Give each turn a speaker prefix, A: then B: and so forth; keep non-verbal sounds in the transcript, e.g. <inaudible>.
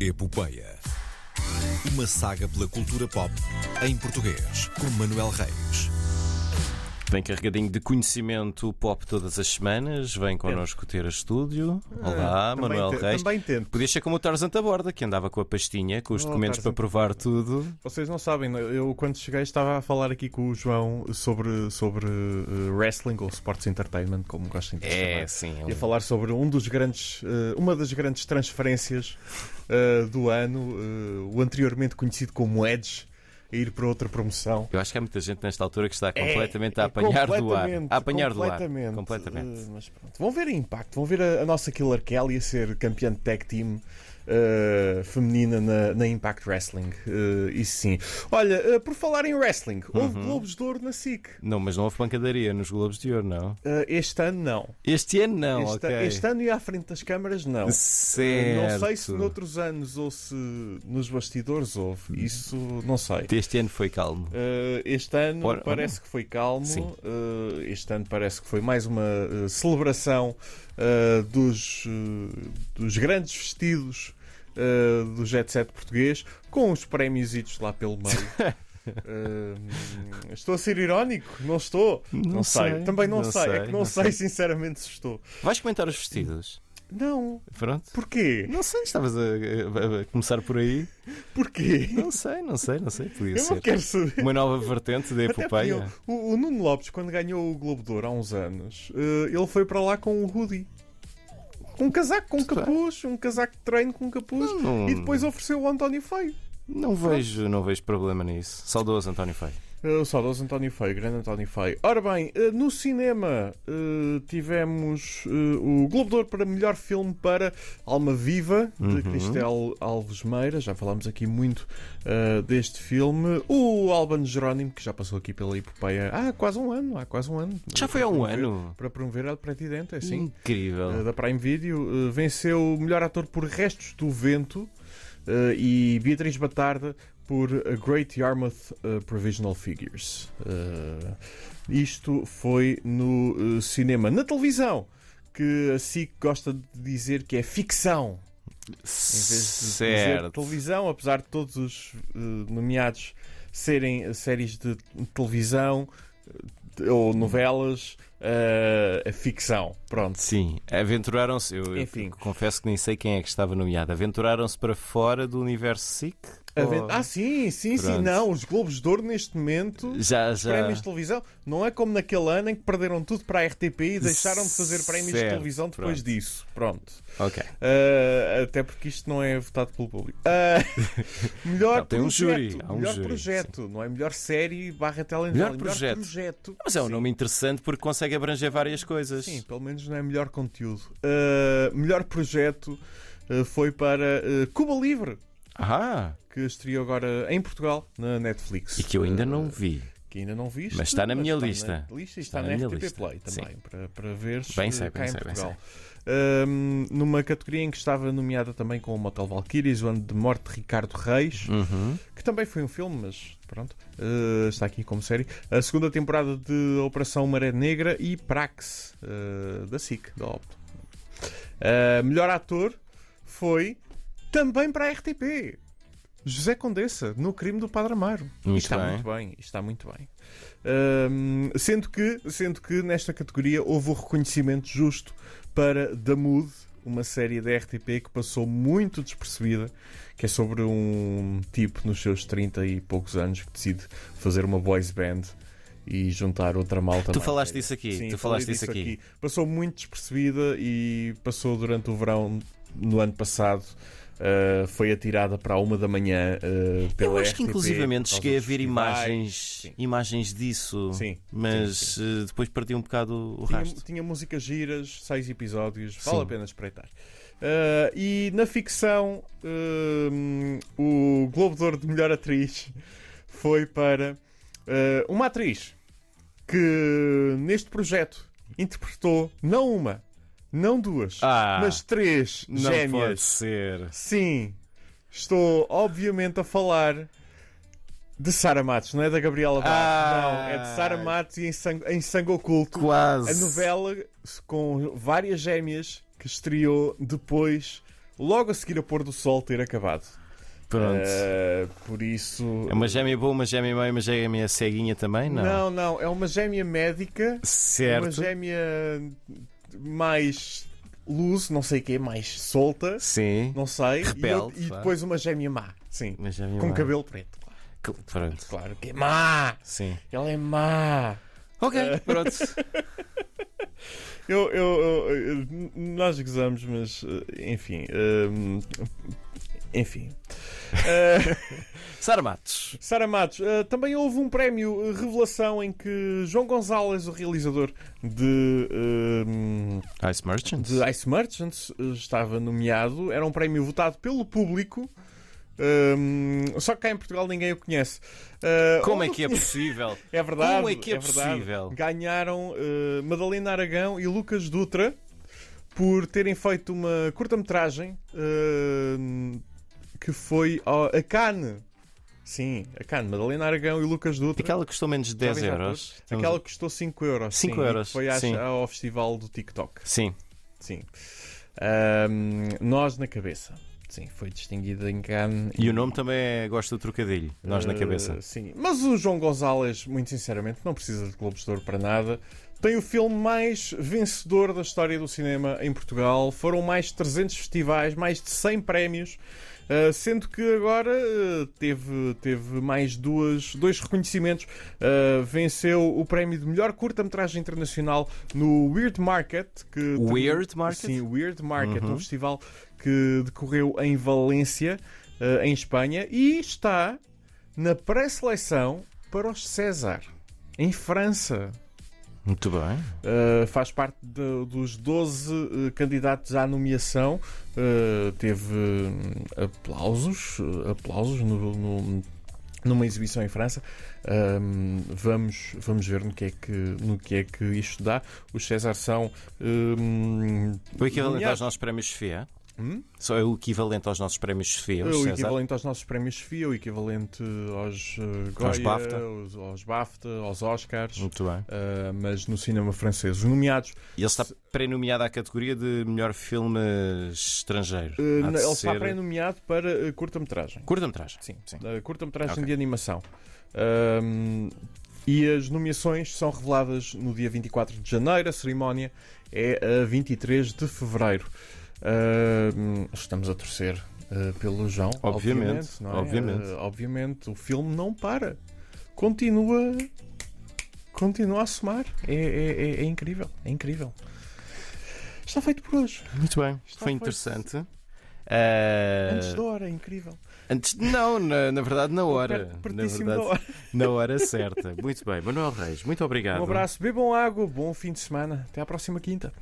A: Epopeia. Uma saga pela cultura pop em português, com Manuel Reis.
B: Bem carregadinho de conhecimento pop todas as semanas, vem connosco ter a estúdio. Olá,
C: Ah, também
B: Manuel
C: te-
B: Reis.
C: também tento.
B: Podias ser como o Tarzan da Borda, que andava com a pastinha, com os
C: Oh,
B: documentos
C: Tarzan.
B: para provar tudo.
C: Vocês não sabem, né? eu quando cheguei estava a falar aqui com o João sobre, sobre eh, wrestling ou sports entertainment, como gostam de chamar.
B: É, sim.
C: Ia falar sobre um dos grandes, eh, uma das grandes transferências eh, do ano, eh, o anteriormente conhecido como Edge, a ir para outra promoção.
B: Eu acho que há muita gente nesta altura que está completamente a
C: É
B: apanhar do ar.
C: completamente,
B: A apanhar do ar.
C: completamente,
B: Completamente.
C: eh, mas pronto. Vão ver o impacto, vão ver a, a nossa Killer Kelly a ser campeã de tag team. eh, feminina na, na Impact Wrestling, eh, isso sim. Olha, eh, por falar em wrestling,
B: Uhum.
C: houve Globos de Ouro na SIC.
B: Não, mas não houve pancadaria nos Globos de Ouro, não.
C: Eh, este ano, não.
B: Este ano não,
C: este,
B: ok.
C: este ano e à frente das câmaras, não. Eh,
B: Certo.
C: Não sei se noutros anos ou se nos bastidores houve. Isso não sei.
B: Este ano foi calmo.
C: Uh, este ano
B: Ora,
C: parece que foi calmo.
B: Sim.
C: Uh, este ano parece que foi mais uma uh, celebração uh, dos, uh, dos grandes vestidos uh, do Jet Set português, com os prémios lá pelo
B: <laughs>
C: meio. Uh, estou a ser irónico? Não estou?
B: Não sei,
C: Também não,
B: não
C: sei.
B: sei,
C: É que não,
B: não
C: sei,
B: sei.
C: sinceramente se estou.
B: Vais comentar os vestidos?
C: Não.
B: Pronto.
C: Porquê?
B: Não sei, estavas a, a- a- a começar por aí.
C: Porquê?
B: Não sei, não sei, não sei. Podia
C: Eu não
B: ser.
C: quero saber.
B: Uma nova vertente da
C: Até porque eu-
B: epopeia.
C: o, o Nuno Lopes, quando ganhou o Globo de Ouro há uns anos, eh, ele foi para lá com o hoodie. Com um casaco, com um
B: Tudo bem.
C: capuz, um casaco de treino com um capuz.
B: é. Não, não-
C: E depois ofereceu o António Feio.
B: Não vejo, não vejo problema nisso. Saudoso, António Feio.
C: Eh, O saudoso António Feio, grande António Feio. Ora bem, eh, no cinema eh, tivemos eh, o Globo de Ouro para melhor filme para Alma Viva, de
B: Uhum.
C: Cristel Alves Meira. Já falámos aqui muito eh, deste filme. O Alban Jerónimo, que já passou aqui pela epopeia há quase um ano. Há quase um ano.
B: Já foi há um ano. Então.
C: Para promover El Presidente, é assim eh,
B: Incrível.
C: da Prime Video, eh, venceu o melhor ator por Restos do Vento eh, e Beatriz Batarda por A Great Yarmouth eh, Provisional Figures. Eh, isto foi no eh, cinema. Na televisão, que a SIC gosta de dizer que é ficção, em vez de dizer
B: certo.
C: televisão, apesar de todos os eh, nomeados serem eh, séries de televisão eh, ou novelas, eh, a ficção. Pronto.
B: Sim, aventuraram-se. Eu, eu
C: Enfim.
B: confesso que nem sei quem é que estava nomeado. Aventuraram-se para fora do universo SIC?
C: Aven-
B: Ou-
C: Ah, sim, sim, sim.
B: Pronto.
C: Não, os Globos de Ouro neste momento,
B: já,
C: os
B: já.
C: prémios de televisão, não é como naquele ano em que perderam tudo para a RTP e deixaram de fazer prémios de
B: Certo,
C: televisão depois
B: pronto.
C: disso. Pronto.
B: Ok.
C: Uh, até porque isto não é votado pelo público.
B: <laughs>
C: Uh, melhor
B: Não, tem um
C: projeto,
B: júri, há um
C: melhor
B: júri,
C: projeto, não é melhor série barra telenovela,
B: Melhor projeto.
C: projeto.
B: Mas é um nome interessante porque consegue abranger várias coisas.
C: Sim, pelo menos não é melhor conteúdo. Uh, melhor projeto uh, foi para uh, Cuba Livre,
B: Ah,
C: que estreou agora em Portugal na Netflix.
B: e que eu ainda não vi.
C: que ainda não viste.
B: Mas está na minha lista.
C: lista e está, na,
B: minha
C: RTP
B: lista.
C: Play também, para, para ver se
B: Bem sei,
C: cá
B: bem
C: em
B: sei, bem
C: Portugal. Ahm, numa categoria em que estava nomeada também com o Motel Valkyries, o ano de morte de Ricardo Reis,
B: Uhum.
C: que também foi um filme, mas pronto, ah, está aqui como série. A segunda temporada de Operação Maré Negra e Prax, ah, da SIC, da Opto. Ah, melhor ator foi também para a RTP. José Condessa, no crime do Padre Amaro.
B: Muito
C: está
B: bem.
C: muito bem, está muito bem. Hum, sendo, que, sendo que nesta categoria houve o reconhecimento justo para The Mood, uma série da RTP que passou muito despercebida, que é sobre um tipo nos seus 30 e poucos anos que decide fazer uma boys band e juntar outra malta.
B: Tu
C: mais
B: falaste
C: velha.
B: disso aqui.
C: Sim,
B: tu
C: falei
B: falaste disso
C: disso
B: aqui.
C: Passou muito despercebida e passou durante o verão no ano passado. ah, foi atirada para a uma da manhã ah, pela
B: Eu acho que
C: RTP,
B: inclusivamente
C: por causa
B: cheguei a
C: dos
B: ver
C: festivais.
B: imagens,
C: Sim.
B: imagens disso,
C: Sim,
B: mas
C: sim,
B: eh, depois perdi um bocado o
C: Tinha,
B: rastro.
C: tinha músicas giras, seis episódios, vale
B: Sim.
C: a pena espreitar. Ah, e na ficção, hum, o Globo de Ouro de Melhor Atriz foi para ah, uma atriz que neste projeto interpretou não uma, não duas,
B: Ah,
C: mas três
B: não pode
C: gêmeas.
B: ser.
C: Sim, estou obviamente a falar de Sara Matos, não é da Gabriela Barros,
B: Ah.
C: não, é de Sara Matos e em Sangue, em sangue Oculto.
B: Quase.
C: A novela com várias gêmeas que estreou depois logo a seguir a pôr do sol ter acabado.
B: Pronto.
C: Eh, por isso.
B: É uma gêmea boa, uma gêmea má e uma gêmea ceguinha também? Não.
C: não, não, é uma gêmea médica, uma
B: Certo.
C: gêmea mais luz, não sei o quê, mais solta,
B: Sim.
C: não sei. e
B: Rebelde,
C: out- e,
B: vá.
C: depois uma gêmea má, sim,
B: Uma gêmea
C: com
B: má.
C: cabelo preto. claro.
B: Cl- Pronto.
C: Claro que é má!
B: Sim.
C: Ela é má! Ah.
B: Ok,
C: <laughs>
B: pronto.
C: Eu, eu- eu- eu- nós gozamos, mas eh, enfim. hum, enfim. <laughs> Eh,
B: Sara Matos.
C: Sara Matos, eh, também houve um prémio eh, revelação em que João Gonzalez, o realizador de, hum,
B: Ice Merchants.
C: de Ice Merchants, eh, estava nomeado. Era um prémio votado pelo público. hum, só que cá em Portugal ninguém o conhece. Eh,
B: Como é
C: onde-
B: que é possível?
C: É verdade.
B: Como é que é
C: verdade.
B: possível?
C: Ganharam eh, Madalena Aragão e Lucas Dutra por terem feito uma curta-metragem eh, que foi ao- a Cannes. Sim, a Cannes. Madalena Aragão e Lucas Dutra.
B: Aquela custou menos de 10
C: Jovens
B: euros.
C: atores.
B: Estamos-
C: Aquela que custou 5 euros. sim,
B: Cinco
C: e que
B: euros,
C: Foi acho,
B: sim.
C: ao festival do TikTok.
B: Sim.
C: Sim. Ahm, nós na cabeça. Sim, foi distinguida em Cannes.
B: E o nome também é Gosto do Trocadilho. Nós na
C: Eh,
B: cabeça.
C: sim. Mas o João Gonzalez, muito sinceramente, não precisa de Globos de Ouro para nada. Tem o filme mais vencedor da história do cinema em Portugal. Foram mais de 300 festivais, mais de 100 prémios. eh, sendo que agora eh, teve, teve mais duas, dois reconhecimentos. Eh, venceu o prémio de melhor curta-metragem internacional no Weird Market. Que
B: Weird Market?
C: Sim, Weird Market,
B: Uhum.
C: um festival que decorreu em Valência, eh, em Espanha, e está na pré-seleção para os César, em França.
B: Muito bem.
C: Uh, faz parte do- dos 12 uh, candidatos à nomeação. Uh, teve hum, aplausos, uh, aplausos no- no- numa exibição em França. Um, vamos, vamos ver no que, é que, no que é que isto dá. Os César são. hum,
B: O equivalente
C: nomeados-
B: aos nossos prémios Sofia.
C: Hum?
B: Só é o equivalente aos nossos prémios Sofia.
C: O
B: os É César.
C: equivalente aos nossos prémios FIA, o equivalente aos uh, Goya,
B: Aos BAFTA.
C: aos, aos BAFTA, aos Oscars,
B: Muito bem.
C: uh, mas no cinema francês. Os nomeados,
B: E ele está pré-nomeado à categoria de melhor filme estrangeiro.
C: uh,
B: Há de
C: ele está
B: ser-
C: pré-nomeado para uh, curta-metragem.
B: Curta-metragem.
C: Sim,
B: sim.
C: Uh, curta-metragem
B: Ok.
C: de animação. Um, e as nomeações são reveladas no dia 24 de janeiro, a cerimónia é a 23 de fevereiro. Um, estamos a torcer uh, pelo João,
B: Obviamente,
C: obviamente, não é?
B: obviamente.
C: Uh, obviamente, o filme não para, continua, continua a somar. É, é- é- é incrível, é incrível. Está feito por hoje,
B: Muito bem.
C: Está
B: Foi
C: feito.
B: interessante. Ah,
C: antes da hora, é incrível.
B: antes- Não, na, na verdade, na hora.
C: Perto-
B: Na
C: pertíssimo
B: verdade,
C: da hora.
B: na hora certa. Muito bem. Manuel Reis, muito obrigado.
C: Um abraço, bebam água, bom fim de semana, até à próxima quinta.